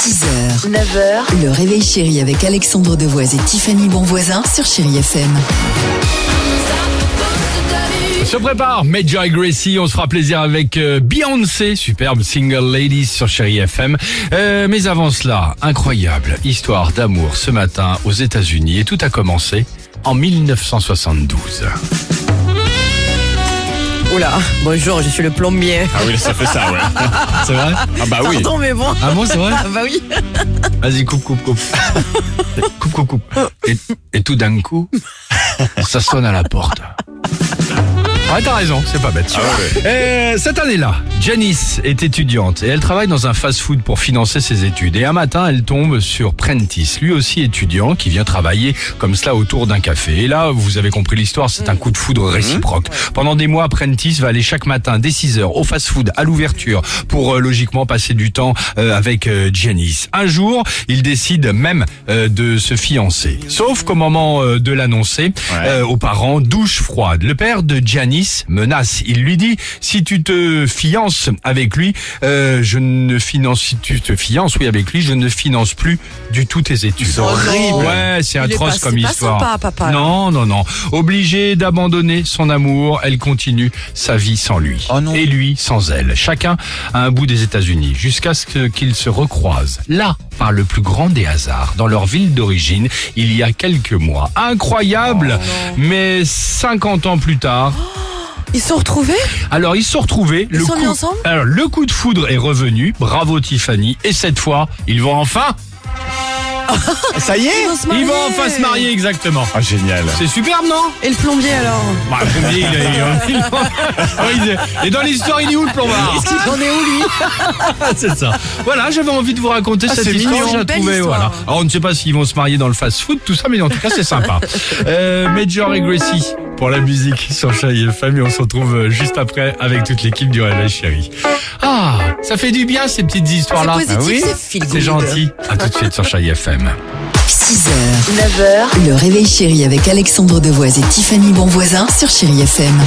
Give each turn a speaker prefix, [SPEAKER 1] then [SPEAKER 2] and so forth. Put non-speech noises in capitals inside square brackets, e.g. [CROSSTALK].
[SPEAKER 1] 6h, 9h, le réveil chéri avec Alexandre Devoise et Tiffany Bonvoisin sur Chéri FM.
[SPEAKER 2] On se prépare, Major et Gracie, on se fera plaisir avec euh, Beyoncé, superbe single ladies sur Chéri FM. Euh, mais avant cela, incroyable histoire d'amour ce matin aux États-Unis et tout a commencé en 1972.
[SPEAKER 3] Oula, bonjour, je suis le plombier.
[SPEAKER 2] Ah oui, ça fait ça, ouais. C'est vrai Ah bah oui.
[SPEAKER 3] Pardon, mais bon.
[SPEAKER 2] Ah bon, c'est vrai
[SPEAKER 3] Ah bah oui.
[SPEAKER 2] Vas-y, coupe, coupe, coupe. coupe, coupe, coupe. Et, et tout d'un coup, [LAUGHS] ça sonne à la porte. Ouais, t'as raison, c'est pas bête. Euh, cette année-là, Janice est étudiante et elle travaille dans un fast-food pour financer ses études. Et un matin, elle tombe sur Prentice, lui aussi étudiant, qui vient travailler comme cela autour d'un café. Et là, vous avez compris l'histoire, c'est un coup de foudre réciproque. Pendant des mois, Prentice va aller chaque matin dès 6 heures au fast-food à l'ouverture pour euh, logiquement passer du temps euh, avec euh, Janice. Un jour, il décide même euh, de se fiancer. Sauf qu'au moment euh, de l'annoncer euh, aux parents, douche froide. Le père de Janice menace. Il lui dit si tu te fiances avec lui, euh, je ne finance si tu te fiances oui avec lui, je ne finance plus du tout tes études.
[SPEAKER 3] Oh horrible. non.
[SPEAKER 2] Ouais, c'est
[SPEAKER 3] Il est
[SPEAKER 2] atroce
[SPEAKER 3] pas-
[SPEAKER 2] comme
[SPEAKER 3] c'est pas
[SPEAKER 2] histoire.
[SPEAKER 3] sympa, papa, là.
[SPEAKER 2] Non, non, non. Obligée d'abandonner son amour, elle continue sa vie sans lui.
[SPEAKER 4] Oh non.
[SPEAKER 2] Et lui sans elle. Chacun à un bout des États-Unis, jusqu'à ce que- qu'ils se recroisent. Là, par le plus grand des hasards, dans leur ville d'origine, il y a quelques mois. Incroyable, mais 50 ans plus tard,
[SPEAKER 3] Ils se sont retrouvés
[SPEAKER 2] alors ils se sont retrouvés.
[SPEAKER 3] Ils
[SPEAKER 2] le
[SPEAKER 3] sont mis
[SPEAKER 2] coup-
[SPEAKER 3] ensemble
[SPEAKER 2] Alors le coup de foudre est revenu. Bravo Tiffany. Et cette fois, ils vont enfin,
[SPEAKER 4] Ça y est
[SPEAKER 3] vont se
[SPEAKER 2] ils vont
[SPEAKER 3] marier.
[SPEAKER 2] enfin se marier exactement.
[SPEAKER 4] Ah génial.
[SPEAKER 2] C'est superbe, non
[SPEAKER 3] Et le plombier alors
[SPEAKER 2] Bah, le plombier, il est- il est- [LAUGHS] Ah oui, il est- Et dans l'histoire, il est où le plombard
[SPEAKER 3] On est où lui
[SPEAKER 2] [LAUGHS]
[SPEAKER 3] Ah,
[SPEAKER 2] C'est ça. Voilà, j'avais envie de vous raconter cette
[SPEAKER 4] c'est
[SPEAKER 2] histoire.
[SPEAKER 3] mignon.
[SPEAKER 2] je la
[SPEAKER 3] Une belle
[SPEAKER 2] trouvais,
[SPEAKER 3] histoire.
[SPEAKER 2] voilà. Alors, on ne sait pas s'ils vont se marier dans le fast-food, tout ça, mais en tout cas,
[SPEAKER 3] [LAUGHS]
[SPEAKER 2] c'est sympa. Euh, Major et Gracie pour la musique sur Chéri FM et on se retrouve euh, juste après avec toute l'équipe du Réveil Chéri. Ah, ça fait du bien ces petites histoires-là. Ah
[SPEAKER 3] C'est positif, c'est feel
[SPEAKER 2] C'est
[SPEAKER 3] good.
[SPEAKER 2] gentil. À tout de suite sur Chéri FM.
[SPEAKER 1] 6h, 9h, le réveil chéri avec Alexandre Devoise et Tiffany Bonvoisin sur Chéri FM.